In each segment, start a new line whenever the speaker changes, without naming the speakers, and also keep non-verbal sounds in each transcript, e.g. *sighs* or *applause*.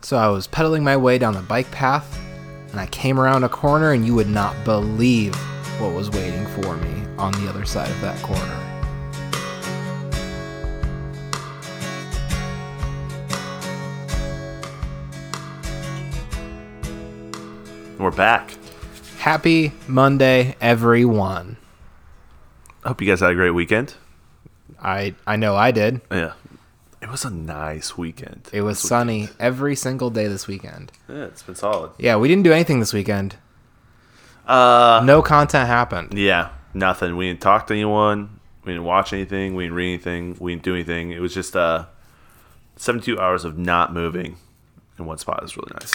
So I was pedaling my way down the bike path, and I came around a corner, and you would not believe what was waiting for me on the other side of that corner.
We're back.
Happy Monday, everyone.
Hope you guys had a great weekend.
I I know I did.
Yeah. It was a nice weekend.
It was
This
sunny every single day this weekend.
week- Yeah, it's been solid.
Yeah, we didn't do anything this weekend.
Uh
No content happened.
yeah, nothing. We didn't talk to anyone. We didn't watch anything. We didn't read anything. We didn't do anything. It was just uh 72 hours of not moving in one spot. It was really nice.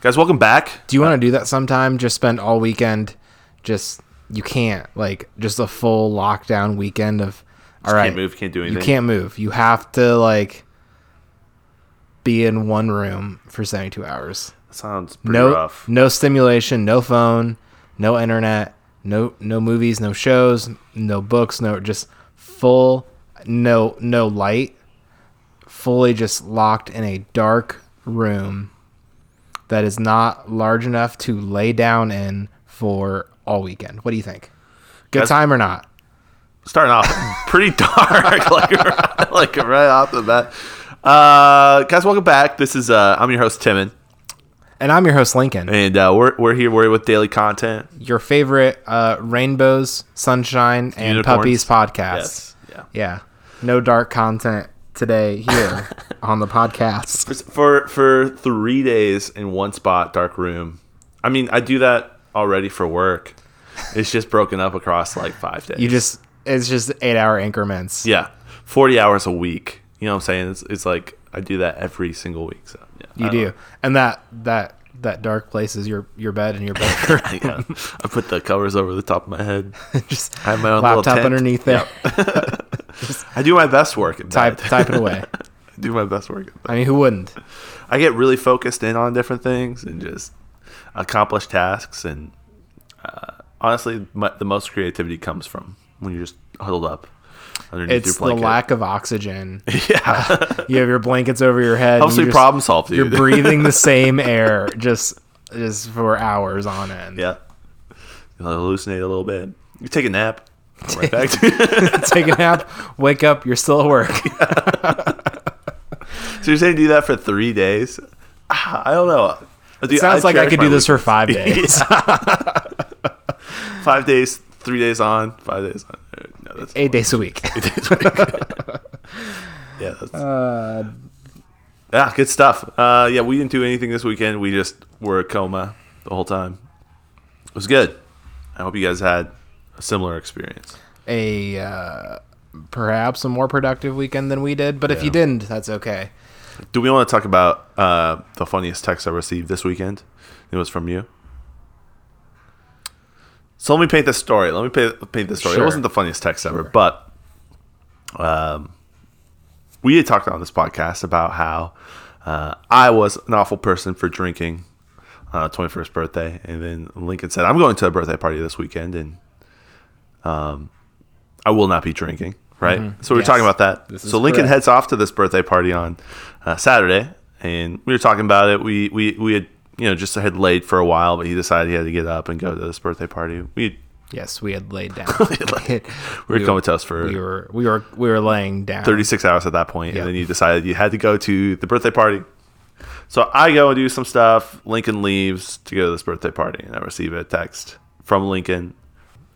Guys, welcome back.
Do you want to do that sometime? Just spend all weekend just you can't like just a full lockdown weekend of all right.
Can't move, can't do anything.
You can't move. You have to like be in one room for 72 hours.
Sounds pretty
No
rough.
no stimulation, no phone, no internet, no no movies, no shows, no books, no just full no no light. Fully just locked in a dark room that is not large enough to lay down in for all weekend. What do you think? Good
That's-
time or not? *laughs*
starting off pretty dark, *laughs* like right- like right off the bat. Uh, guys, welcome back. This is uh, I'm your host Timon,
And I'm your host Lincoln.
and uh, we're we're here we're with daily content.
your favorite uh, rainbows, sunshine, and
Unicorns.
puppies podcast.
yeah.
Yeah, no dark content today
*laughs*
here on the podcast.
For for three days in one spot, dark room. I mean, I do that already for work. It's just broken up across like five days.
You just it's just eight hour increments.
yeah, forty hours a week. You know what I'm saying? It's, it's like I do that every single week. So yeah,
you do, and that that that dark place is your your bed and your
*laughs*
bedroom.
Yeah. *laughs* I put the covers over the top of my head.
*laughs* just
I have my own little
laptop
tent.
underneath there.
*laughs* I do my best work. At
Type
that.
type it away.
*laughs* I do my best work. At that.
I mean, who wouldn't?
I get really focused in on different things and just accomplish tasks. And uh, honestly, my, the most creativity comes from when you're just huddled up underneath
It's the
your blanket.
lack of oxygen.
*laughs* yeah,
*laughs* You have your blankets over your head.
helps
and you
me
just-
problem solve,
You're
dude. *laughs*
breathing the same air just just for hours on end.
yeah, You'll hallucinate a little bit. You take a nap. Go
*laughs*
Right back to
*laughs*
*laughs*
Take a nap, wake up, you're still at work.
so you're saying do that for three days? Ah, I don't know. Dude,
Sounds like I
cherish
could
my
do this for
weekends. *laughs*
five days.
five days, three days on, five days on. No, that's
Eight days a eh, week. *laughs*
*laughs* Yeah, that's, yeah, good stuff. Uh, yeah, we didn't do anything this weekend. We just were a coma the whole time. It was good. I hope you guys had a similar experience.
a uh, perhaps a more productive weekend than we did, but if you didn't, that's okay.
Do we want to talk about uh, the funniest text I received this weekend? It was from you. So let me paint this story. Let me paint, paint this story.
Sure.
It wasn't the funniest text ever, but um, we had talked on this podcast about how uh, I was an awful person for drinking on a 21st birthday. And then Lincoln said, I'm going to a birthday party this weekend and um, I will not be drinking. Right. So we were
Mm-hmm. Yes.
talking about that.
This is
so Lincoln
correct.
heads off to this birthday party on uh, Saturday. And we were talking about it. We, we, we had, you know, just had laid for a while, but he decided he had to get up and go to this birthday party. We,
Yes, we had laid
*laughs*
down. *laughs*
we were comatose for
we were we were we were laying down.
36 hours at that point,
Yeah.
and then you decided you had to go to the birthday party so i go and do some stuff lincoln leaves to go to this birthday party and i receive a text from lincoln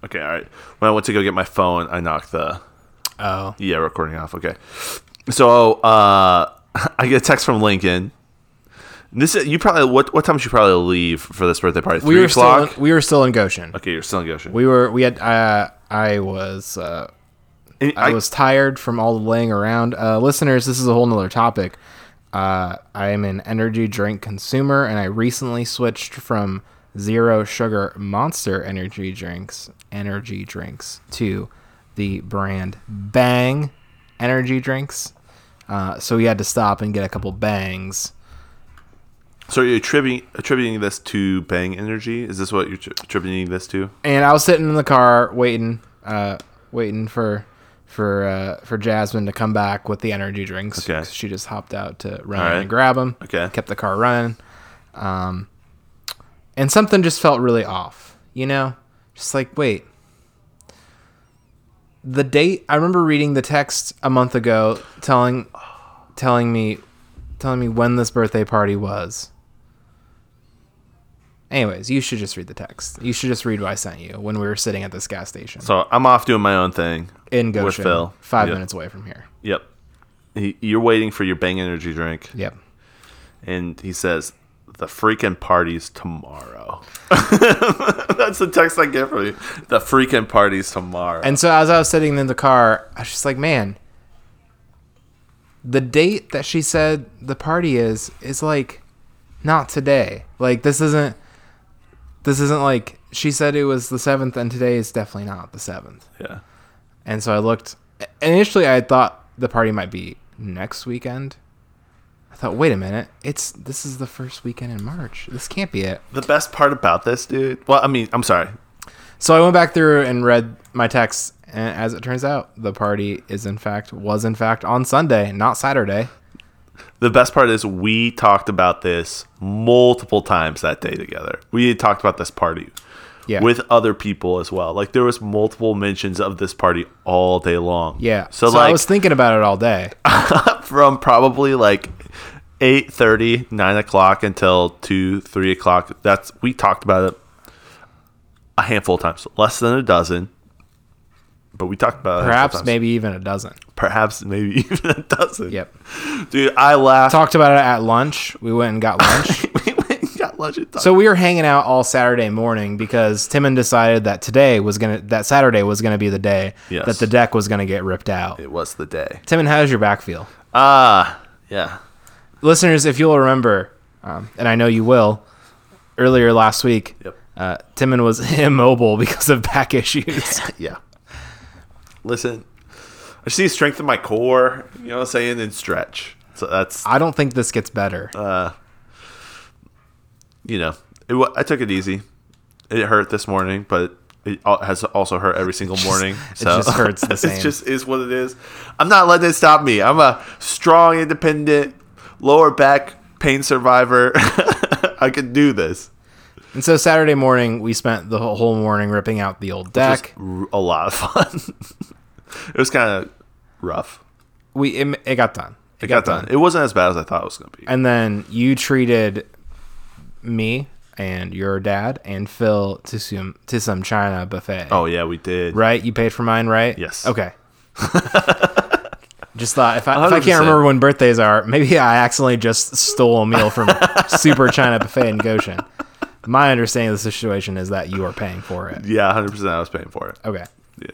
okay all right when i went to go get my phone i knocked the
Oh,
yeah recording off okay so uh *laughs* i get a text from lincoln this is you probably what what time should you probably leave for this birthday party three
we were still
o'clock
in, we were still in Goshen.
okay you're still in goshen
We were we had uh, I was uh,
And
I, was tired from all the laying around. Uh, listeners, this is a whole nother topic. Uh, I am an energy drink consumer, and I recently switched from zero sugar monster energy drinks, energy drinks, to the brand Bang energy drinks. Uh, so we had to stop and get a couple bangs.
so you're attributing attributing this to bang energy is this what you're tri- attributing this to
and I was sitting in the car waiting, uh, waiting for for uh, for Jasmine to come back with the energy drinks.
Okay.
'cause She just hopped out to run
All right.
and grab them.
Okay.
Kept the car running. Um, and something just felt really off. You know, just like wait. The date I remember reading the text a month ago telling telling me telling me when this birthday party was. Anyways, you should just read the text. You should just read what I sent you when we were sitting at this gas station
So I'm off doing my own thing.
in
With
Goshen,
Phil.
five
Yep.
minutes away from here.
Yep. He, you're waiting for your Bang energy drink,
Yep.
and he says, "The freaking party's tomorrow." *laughs* That's the text I get from you. The freaking party's tomorrow.
And so as I was sitting in the car, I was just like, man, the date that she said the party is is like not today. Like this isn't this isn't like she said it was the seventh, and today is definitely not the seventh.
yeah.
And so I looked. Initially, I thought the party might be next weekend. I thought, wait a minute, it's this is the first weekend in March. This can't be it.
The best part about this, dude. Well, I mean, I'm sorry.
So I went back through and read my text, and as it turns out, the party is in fact was in fact on Sunday, not Saturday.
The best part is we talked about this multiple times that day together. We had talked about this party
Yeah.
with other people as well. Like there was multiple mentions of this party all day long.
yeah.
So,
So,
like
I was thinking about it all day.
*laughs* from probably like 8.30, 9 o'clock until 2, 3 o'clock. That's we talked about it a handful of times. Less than a dozen. But we talked about it. a handful of
Perhaps
times.
maybe even a dozen.
perhaps maybe *laughs* even a dozen.
Yep.
Dude, I laughed.
Talked about it at lunch. We went and
*laughs*
got lunch.
we went and got lunch and talked.
so we were hanging out all Saturday morning because Timon decided that today was gonna that Saturday was gonna be the day
Yes.
that the deck was gonna get ripped out.
it was the day.
Timon, how does your back feel?
Ah, yeah.
listeners, if you'll remember, um, and I know you will, earlier last week,
Yep.
*laughs* uh, Timon was *laughs* immobile because of back
*laughs*
issues.
Yeah. Listen, I just need to strengthen my core, you know what I'm saying, and stretch. So that's,
I don't think this gets better.
Uh, you know, it, wa- I took it easy. It hurt this morning, but it al- has also
*laughs*
hurt every single morning. so
just hurts
*laughs*
the same.
it just is what it is. I'm not letting it stop me. I'm a strong, independent, lower back pain survivor. *laughs* I can do this.
and so Saturday morning, we spent the whole whole morning ripping out the old
It was
deck.
r- a lot of fun. *laughs* it was kind of rough.
we it, it got done.
It got done. It wasn't as bad as I thought it was going to be.
And then you treated me and your dad and Phil to some to some China buffet.
oh yeah, we did.
Right? You paid for mine, right?
Yes.
Okay. *laughs* just thought if I, if I
100%.
can't remember when birthdays are, maybe I accidentally just stole a meal
*laughs*
from Super China Buffet in Goshen. My understanding of the situation is that you are paying for it.
Yeah, hundred percent. I was paying for it.
Okay.
Yeah.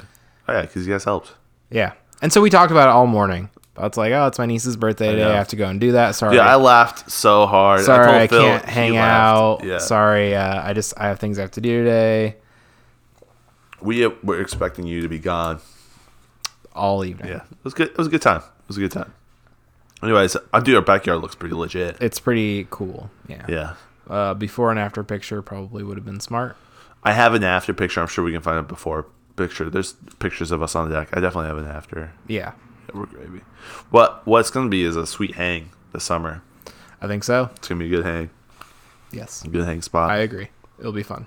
Oh yeah, because you guys helped.
Yeah. And so we talked about it all morning. I was like, oh, it's my niece's birthday today.
know.
I have to go and do that. Sorry.
Yeah, I laughed so hard.
Sorry, I,
Phil
can't
he
hang
laughed.
out.
Yeah.
Sorry, uh, I just I have things I have to do today
We uh, were expecting you to be gone.
all evening.
Yeah, it was good. It was a good time. It was a good time. Anyways, I do. Our backyard looks pretty legit.
It's pretty cool. Yeah.
yeah.
Uh, before and after picture probably would have been smart.
I have an after picture. I'm sure we can find a before picture. There's pictures of us on the deck. I definitely have an after.
Yeah.
Yeah, we're gravy. What What's gonna be is a sweet hang this summer.
I think so.
It's gonna be a good hang.
Yes.
A good hang spot.
I agree. It'll be fun.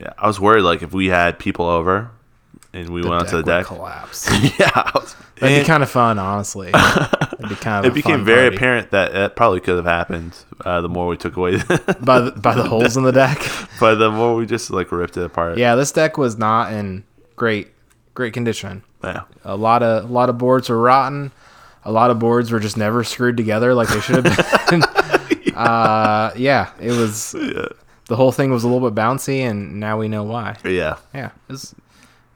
yeah, I was worried like if we had people over and we went out to the
would
deck.
collapse.
*laughs* yeah, I was-
That'd be
and-
kind of fun,
*laughs*
honestly. It'd be kind of a
it became
fun
very
party.
apparent that it probably could have happened uh, the more we took away *laughs*
by the, by the holes in the deck.
but the more we just like ripped it apart
Yeah, this deck was not in great great condition.
yeah
A lot of a lot of boards were rotten. A lot of boards were just never screwed together like they should have been. *laughs* uh, yeah, it was. The whole thing was a little bit bouncy, and now we know why.
yeah
Yeah, it, was,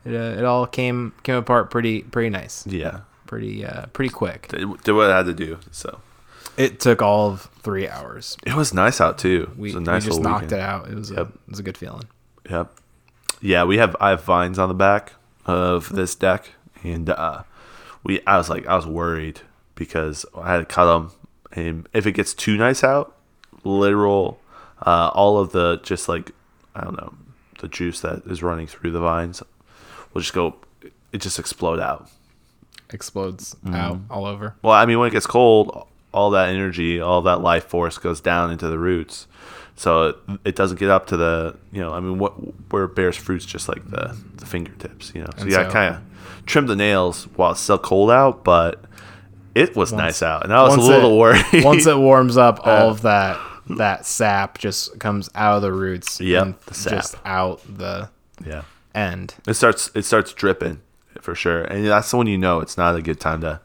it, uh, it all came came apart pretty pretty nice,
yeah
pretty uh, pretty quick.
It did what i had to do so
It took all of three hours.
it was nice out too
We,
it was a
we
nice
just
little
knocked
weekend.
it out. It was
Yep.
a, it was a good feeling.
yep yeah we have i have vines on the back of this deck and uh we i was like i was worried because i had to cut them and if it gets too nice out literal uh all of the just like i don't know the juice that is running through the vines will just go it just explode out.
Explodes out all over.
Well, I mean, when it gets cold, all that energy, all that life force goes down into the roots, so it, it doesn't get up to the you know. I mean, what where it bears fruits just like the, the fingertips, you know. So
And
you yeah,
so-
kind of trim the nails while it's still cold out, but it was nice out, and I was a
Once
little Uh,
it- *laughs*
worried.
once it warms
*laughs*
up, all of that that sap just comes out of the roots.
Yep,
and
the sap.
just out the
yeah,
end.
it starts it starts dripping for sure, and that's when you know it's not a good time to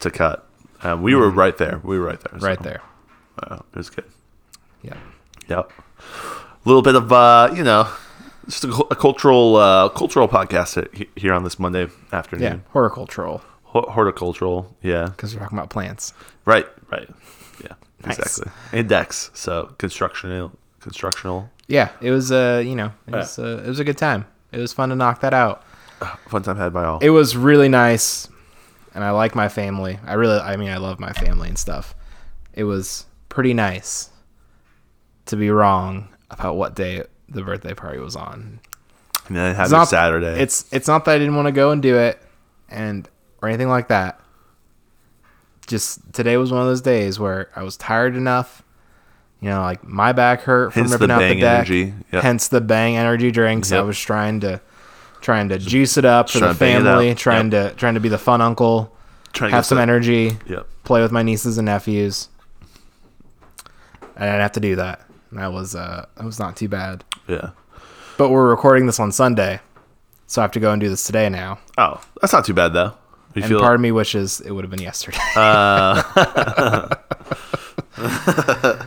to cut. Um, we were right there. We were right there.
Mm-hmm. Right
so, Mm-hmm.
there.
uh, it was good.
Yeah.
Yep. A little bit of uh, you know, just a, cul- a cultural uh, cultural podcast at- he- here on this Monday
Yeah.
afternoon.
Horticultural.
Ho- horticultural. Yeah.
Because we're talking about plants.
Right. Right. Yeah.
Nice.
Exactly. Index. So constructional. Constructional. *sighs*
Yeah. It was uh, you know, it was uh, it was a good time. It was fun to knock that out.
Fun time had by all.
It was really nice, and I like my family. I really, I mean, I love my family and stuff. It was pretty nice to be wrong about what day the birthday party was on.
and then it happened
It's not-
Saturday.
It's it's not that I didn't want to go and do it, and or anything like that. Just today was one of those days where I was tired enough. You know, like my back hurt from
Hence the
ripping out
Bang
the deck.
energy. Yep.
Hence the bang energy drinks. I
Yep.
was trying to trying to juice it up for
trying
the
to bang it
family,
up.
trying to trying to be the fun uncle,
Trying to
have
get
some
the-
energy,
Yep.
play with my nieces and nephews. I didn't have to do that. And That was uh that was not too bad.
Yeah.
But we're recording this on Sunday, so I have to go and do this today now.
Oh, that's not too bad though. You
And
feel
part of me wishes it would have been
*laughs*
yesterday.
Uh.
*laughs*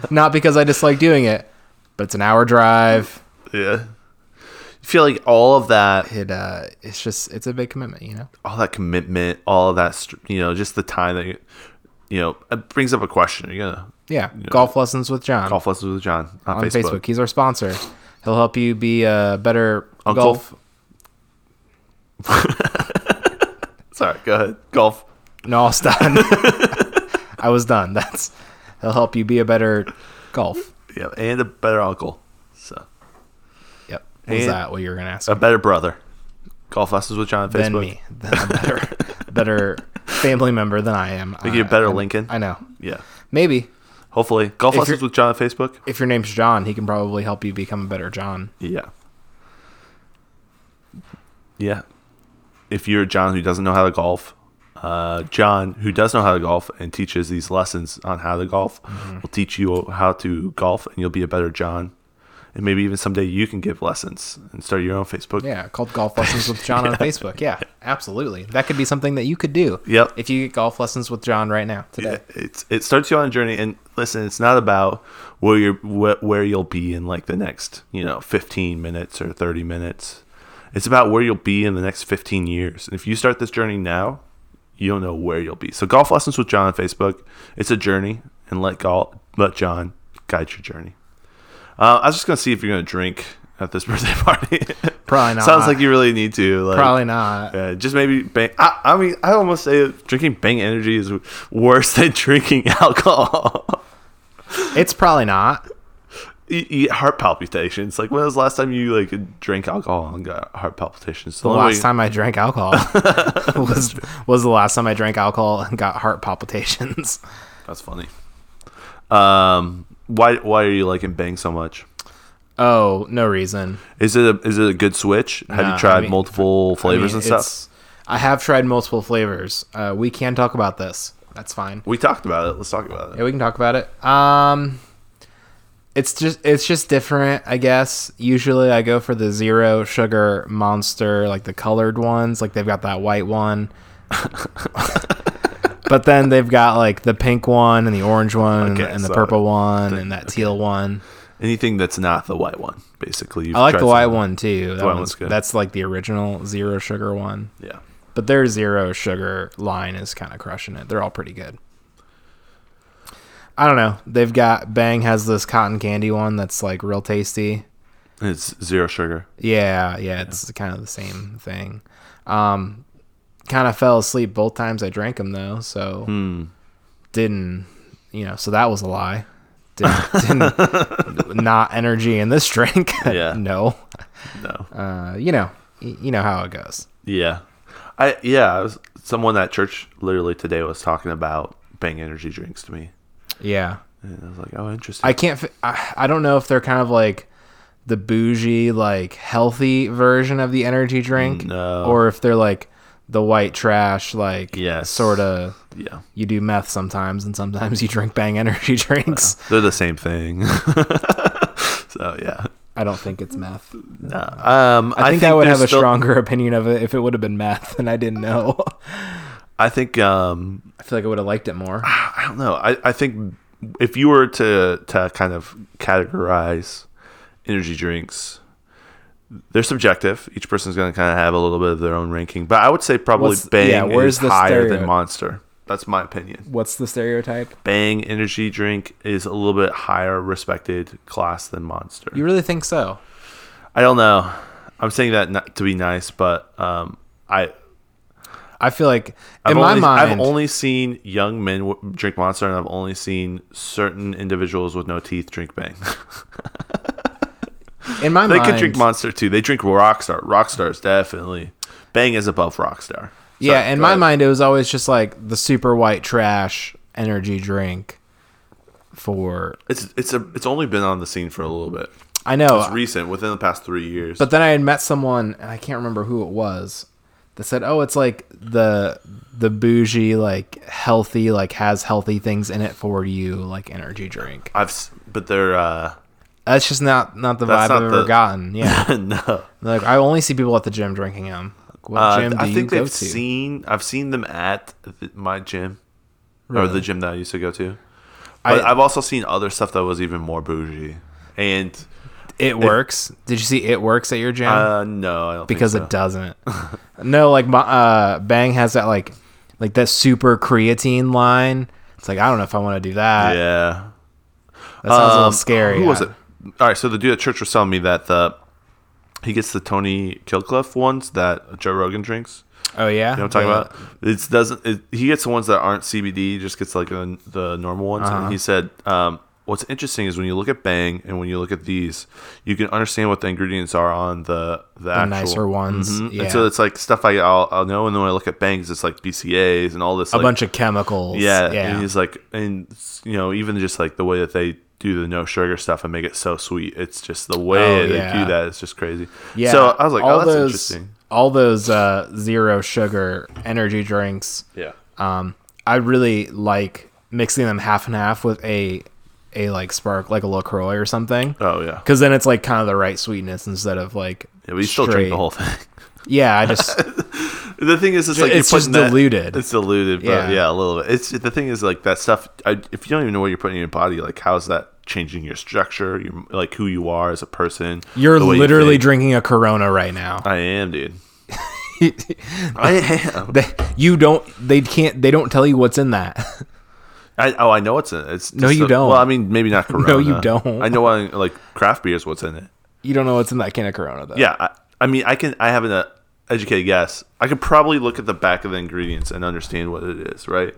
Not because I dislike doing it, but it's an hour drive.
yeah. You feel like all of that
It uh, it's just it's a big commitment, you know.
all that commitment, all of that, str- you know, just the time that you, you know, it brings up a question. You're gonna
Yeah, golf lessons with John
golf lessons with John on,
on
Facebook.
Facebook. He's our sponsor. He'll help you be a better
Uncle?
golf.
*laughs* Sorry, go ahead. Golf.
No, I was done. *laughs* I was done. That's he'll help you be a better golf.
Yeah, and a better uncle, so
Yep. What was
And-
that? What you were gonna ask?
a better brother. Golf lessons with John on Facebook.
than me, than a
*laughs*
better, better family member than I am.
Think you're
I-
better,
I-
Lincoln.
I know.
Yeah,
Maybe
hopefully golf
If
lessons
you're-
with John on Facebook.
if your name's John, he can probably help you become a better John.
Yeah, yeah. If you're John who doesn't know how to golf, uh, John who does know how to golf and teaches these lessons on how to golf will teach you how to golf, and you'll be a better John. And maybe even someday you can give lessons and start your own Facebook.
Yeah, called golf lessons with John
*laughs*
on Facebook. Yeah, absolutely. That could be something that you could do.
Yep.
If you get golf lessons with John right now today.
it, it's it starts you on a journey and listen it's not about where you're wh- where you'll be in like the next you know 15 minutes or 30 minutes it's about where you'll be in the next 15 years and if you start this journey now you don't know where you'll be so golf lessons with john on facebook it's a journey and let golf let john guide your journey uh, i was just gonna see if you're gonna drink at this *laughs* birthday party
Probably not.
sounds like you really need to like,
Probably not.
yeah, Uh, just maybe bang. I, I mean, I almost say that drinking bang energy is worse *laughs* than drinking alcohol.
It's probably not.
you, you get heart palpitations. Like, when was the last time you like drank alcohol and got heart palpitations?
The last time I drank
*laughs*
alcohol was was the last time I drank alcohol and got heart palpitations. *laughs*
That's funny. Um, why why are you liking bang so much?
Oh, no reason.
Is it a, is it a good switch? Have
Nah, I
you tried
mean-
multiple flavors
I mean,
and stuff?
it's- I have tried multiple flavors. Uh, we can talk about this. That's fine.
We talked about it. Let's talk about it.
Yeah, we can talk about it. Um, it's just it's just different, I guess. Usually, I go for the zero sugar monster, like the colored ones, like they've got that white
*laughs*
one. but then they've got like the pink one and the orange one and,
Okay,
and the
so-
purple one and that teal one.
Anything that's not the white one, basically. You've
I like
tried
the white
some-
one too. That
white
one's
one's good.
That's like the original zero sugar one.
Yeah.
But their zero sugar line is kind of crushing it. They're all pretty good. I don't know. They've got Bang has this cotton candy one that's like real tasty.
It's zero sugar.
Yeah, yeah, it's kind of the same thing. Um, kind of fell asleep both times I drank them though, so
Hmm. Mm,
didn't you know? So that was a lie. Didn't, didn't not energy in this *laughs* drink.
Yeah.
no.
No.
Uh, you know, y- you know how it goes.
Yeah. I yeah, I was, someone at church literally today was talking about Bang energy drinks to me,
Yeah.
and I was like, oh, interesting.
I can't. Fi- I, I don't know if they're kind of like the bougie, like healthy version of the energy drink,
No.
or if they're like the white trash, like
Yes.
sort of.
yeah,
You do meth sometimes, and sometimes you drink Bang energy *laughs* drinks.
they're the same thing. *laughs* so yeah,
I don't think it's meth.
no. Um,
I, think, I would
there's
have a
still-
stronger *laughs* opinion of it if it would have been meth, and I didn't know. *laughs*
I think um,
I feel like I would have liked it more.
I don't know. I, I think if you were to to kind of categorize energy drinks, they're subjective. Each person's going to kind of have a little bit of their own ranking, but I would say probably
What's-
Bang
yeah, where's
is
the
higher
stereo-
than Monster. That's my opinion.
What's the stereotype?
Bang energy drink is a little bit higher respected class than Monster.
You really think so?
I don't know. I'm saying that not to be nice, but um, I
I feel like in
I've
my
only,
mind,
I've only seen young men w- drink Monster, and I've only seen certain individuals with no teeth drink Bang. *laughs*
in my
They
mind,
could drink Monster too. They drink Rockstar. Rockstar's definitely. Bang is above Rockstar.
Yeah,
Sorry,
in
go
my
ahead.
mind, it was always just like the super white trash energy drink. For
it's it's a, it's only been on the scene for a little bit.
Oh, I
It's
know,
recent, within the past three years.
but then I had met someone, and I can't remember who it was, that said, "Oh, it's like the the bougie, like healthy, like has healthy things in it for you, like energy drink."
I've s- but they're uh, *laughs*
That's just not not the vibe
That's
I've
not
ever
the-
gotten.
*laughs*
Yeah,
no.
like I only see people at the gym drinking them. Like, what
Uh,
gym do
I
you
think
go
they've
to?
seen. I've seen them at th- my gym or the gym that I used to go to. But
I-
I've also seen other stuff that was even more bougie. And
it works. Did you see it works at your gym?
uh, no, I don't
because
think so.
it doesn't. *laughs* no, like my uh, Bang has that like like that super creatine line. It's like I don't know if I want to do that.
Yeah,
That sounds a little
Um,
scary.
Who was
yeah.
it? All right, so the dude at church was telling me that the he gets the Tony Kilcliff ones that Joe Rogan drinks.
Oh yeah,
You know what I'm talking about? It doesn't. It, he gets the ones that aren't CBD. He just gets like the, the normal ones.
Uh-huh.
And he said, um, "What's interesting is when you look at Bang and when you look at these, you can understand what the ingredients are on the the, actual
nicer ones,
Mhm.
yeah.
And so it's like stuff I I'll, I'll know. And then when I look at Bangs, it's like BCAs and all this.
A
like,
bunch of chemicals.
yeah,
yeah.
And he's like, and you know, even just like the way that they do the no sugar stuff and make it so sweet. It's just the way
Oh,
they
yeah.
do that. It's just crazy.
Yeah.
So I was like, oh, that's
those,
interesting.
All those uh, zero sugar energy drinks.
Yeah.
Um, I really like mixing them half and half with a a like spark like a Lacroix or something.
Oh yeah.
Because then it's like kind of the right sweetness instead of like
Yeah, we still drink
straight-
the whole thing.
Yeah, I just
*laughs* the thing is, it's like
it's
you're
just
putting that-
diluted.
It's diluted,
Yeah.
but yeah. a little bit. It's the thing is like that stuff. I, if you don't even know what you're putting in your body, like how's that changing your structure, your like who you are as a person?
You're
the way you
literally
think? Uh,
drinking a Corona right now.
I
*laughs*
am, dude. I am.
They, you don't. They can't. They don't tell you what's in that. *laughs*
I, oh, I know what's in it. It's
No,
just
you
a-
don't.
Well, I mean,
*laughs*
maybe not Corona.
you don't.
I know I, like craft beer is what's in it.
You don't know what's in that can of Corona though.
Yeah, I, I mean, I can. I have an uh, educated guess. I could probably look at the back of the ingredients and understand what it is, right?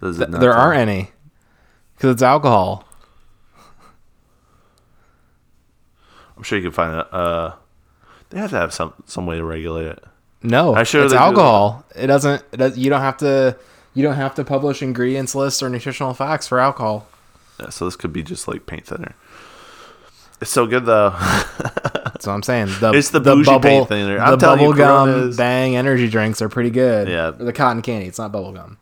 Does it not
there
tell-
aren't any because it's alcohol.
I'm sure you can find a. Uh, they have to have some some way to regulate it.
No,
I sure
it's
they do.
alcohol. It doesn't. It does, you don't have to. You don't have to publish ingredients lists or nutritional facts for alcohol.
Yeah, so this could be just like paint thinner. It's so good though. *laughs*
That's what I'm saying. The,
It's the bougie paint thing there. I'm
the
telling you,
bubble gum
Coronas-
bang energy drinks are pretty good.
Yeah.
Or the cotton candy. It's not bubble gum.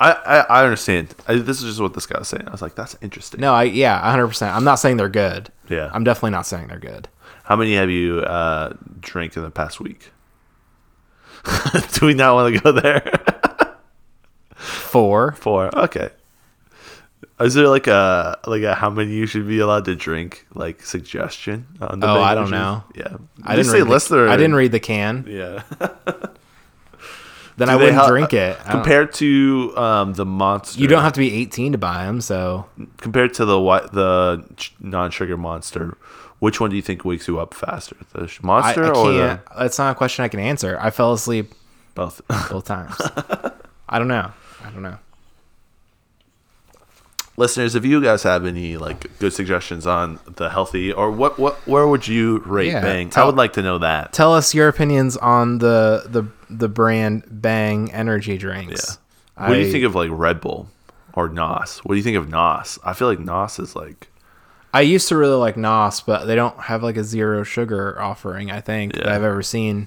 I, I I understand. I, this is just what this guy was saying. I was like, that's interesting.
No, I yeah, 100. percent I'm not saying they're good.
Yeah.
I'm definitely not saying they're good.
How many have you uh, drank in the past week? *laughs* Do we not want to go there? *laughs*
Four.
Four. Okay. Is there like a like a how many you should be allowed to drink like suggestion? On the
Oh,
menu?
I don't know.
Yeah,
I
They
didn't
say
read
list
the,
or
I didn't read the can.
Yeah,
Then
Do
I
they
wouldn't
ha-
drink it. I don't-
Compared to um, the monster,
you don't have to be 18 to buy them, so
compared to the what the ch- non-sugar monster. Which one do you think wakes you up faster, the sh-
I, I
monster or the
can't. That's not a question I can answer. I fell asleep
both? *laughs*
both times. I don't know. I don't know.
listeners, if you guys have any like good suggestions on the healthy or what what where would you rate
Yeah,
Bang? I
tell-
would like to know that.
Tell us your opinions on the the the brand Bang energy drinks.
What do
I-
you think of like Red Bull or Nos? What do you think of Nos? I feel like Nos is like
I used to really like Nos, but they don't have like a zero sugar offering. I think that
Yeah.
I've ever seen.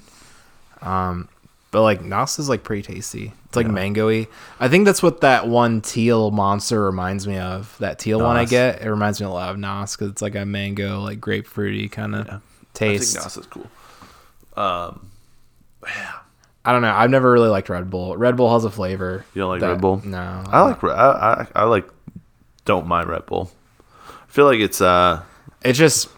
Um, but like Nos is like pretty tasty. It's like mangoey. I think that's what that one teal monster reminds me of. That teal one I
Nos.
get, it reminds me a lot of Nos because it's like a mango, like grapefruity kind of
I
taste.
think
I,
Nos is cool.
don't know. I've never really liked Red Bull. Red Bull has a flavor.
You don't like
that-
Red Bull?
No,
I like Re- I, I I like don't mind Red Bull. I feel like it's uh
it's just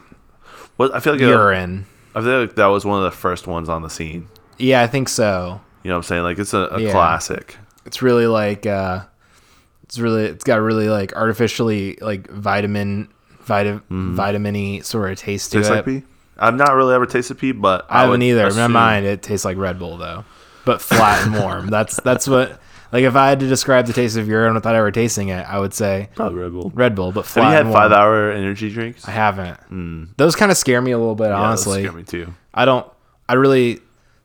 what I feel like uh,
urine.
I feel like that was one of the first ones on the scene.
Yeah, I think so.
You know what I'm saying? Like it's a, a
Yeah.
classic.
it's really like uh it's really it's got really like artificially like vitamin vitamin vitamin-y sort of taste to
Mm-hmm. Tastes
it
like pee. I've not really ever tasted pee, but
i haven't
would
either in my
assume-
mind it tastes like red bull though but flat and
*laughs*
warm that's that's what like if i had to describe the taste of urine without ever tasting it i would say
Probably Red Bull.
red bull but
Have
flat
you had
and warm.
five Mm. hour energy drinks?
i haven't those kind of scare me a little bit honestly
me too.
i don't i really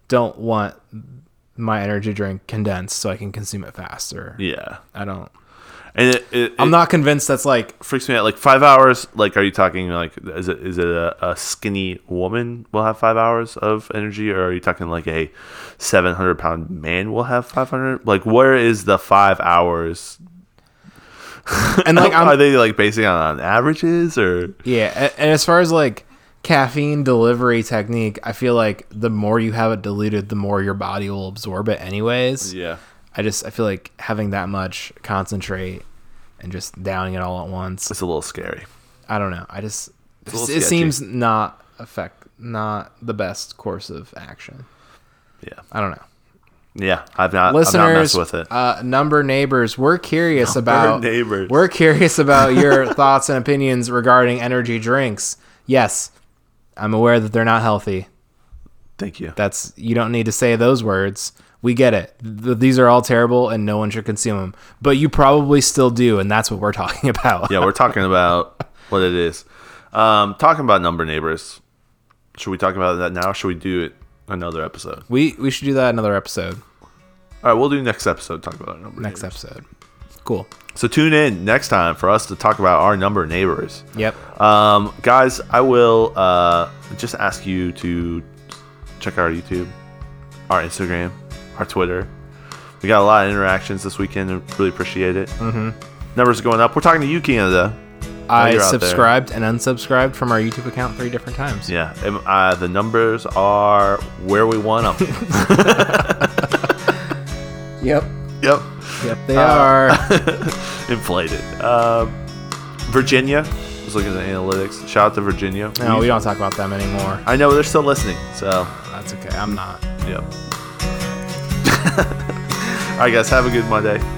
don't want my energy drink condensed so i can consume it faster
Yeah,
i don't
and it, it,
i'm
it
not convinced that's like
freaks me out. Like five hours. Like, are you talking like is it is it a, a skinny woman will have five hours of energy, or are you talking like a seven hundred pound man will have five hundred? Like, where is the five hours?
and like I'm,
are they like basing on, on averages or?
Yeah, a- and as far as like caffeine delivery technique, I feel like the more you have it diluted, the more your body will absorb it anyways.
Yeah.
I just I feel like having that much concentrate and just downing it all at once.
It's a little scary.
I don't know. I just
a little
it
sketchy.
seems not effect not the best course of action.
Yeah,
I don't know.
yeah. I've not. I've not
Listeners,
messed with it.
Uh, number neighbors, we're curious about
neighbors.
We're curious
*laughs*
about your thoughts and opinions regarding energy drinks. Yes, I'm aware that they're not healthy.
Thank you.
That's you don't need to say those words. We get it. Th- these are all terrible, and no one should consume them. But you probably still do, and that's what we're *laughs* talking about.
yeah, we're talking about what it is. Um, talking about number neighbors. Should we talk about that now? Or should we do it another episode?
We we should do that another episode.
All right, we'll do next episode. Talk about our number
Next
neighbors.
episode. Cool.
So tune in next time for us to talk about our number neighbors.
Yep.
Um, guys, I will uh, just ask you to check out our YouTube, our Instagram, our Twitter. We got a lot of interactions this weekend. and Really appreciate it. Mm-hmm. Numbers are going up. We're talking to you, Canada.
I
you're out there.
subscribed and unsubscribed from our YouTube account three different times.
Yeah, and, uh, the numbers are where we want them. *laughs*
Yep.
yep,
Yep.
Uh,
They
*laughs*
are.
inflated. Um, Virginia I was looking at the analytics. Shout out to Virginia.
no, we don't talk about them anymore.
I know they're still listening. So, *laughs*
That's okay. I'm not.
yep. All right, guys, have a good Monday.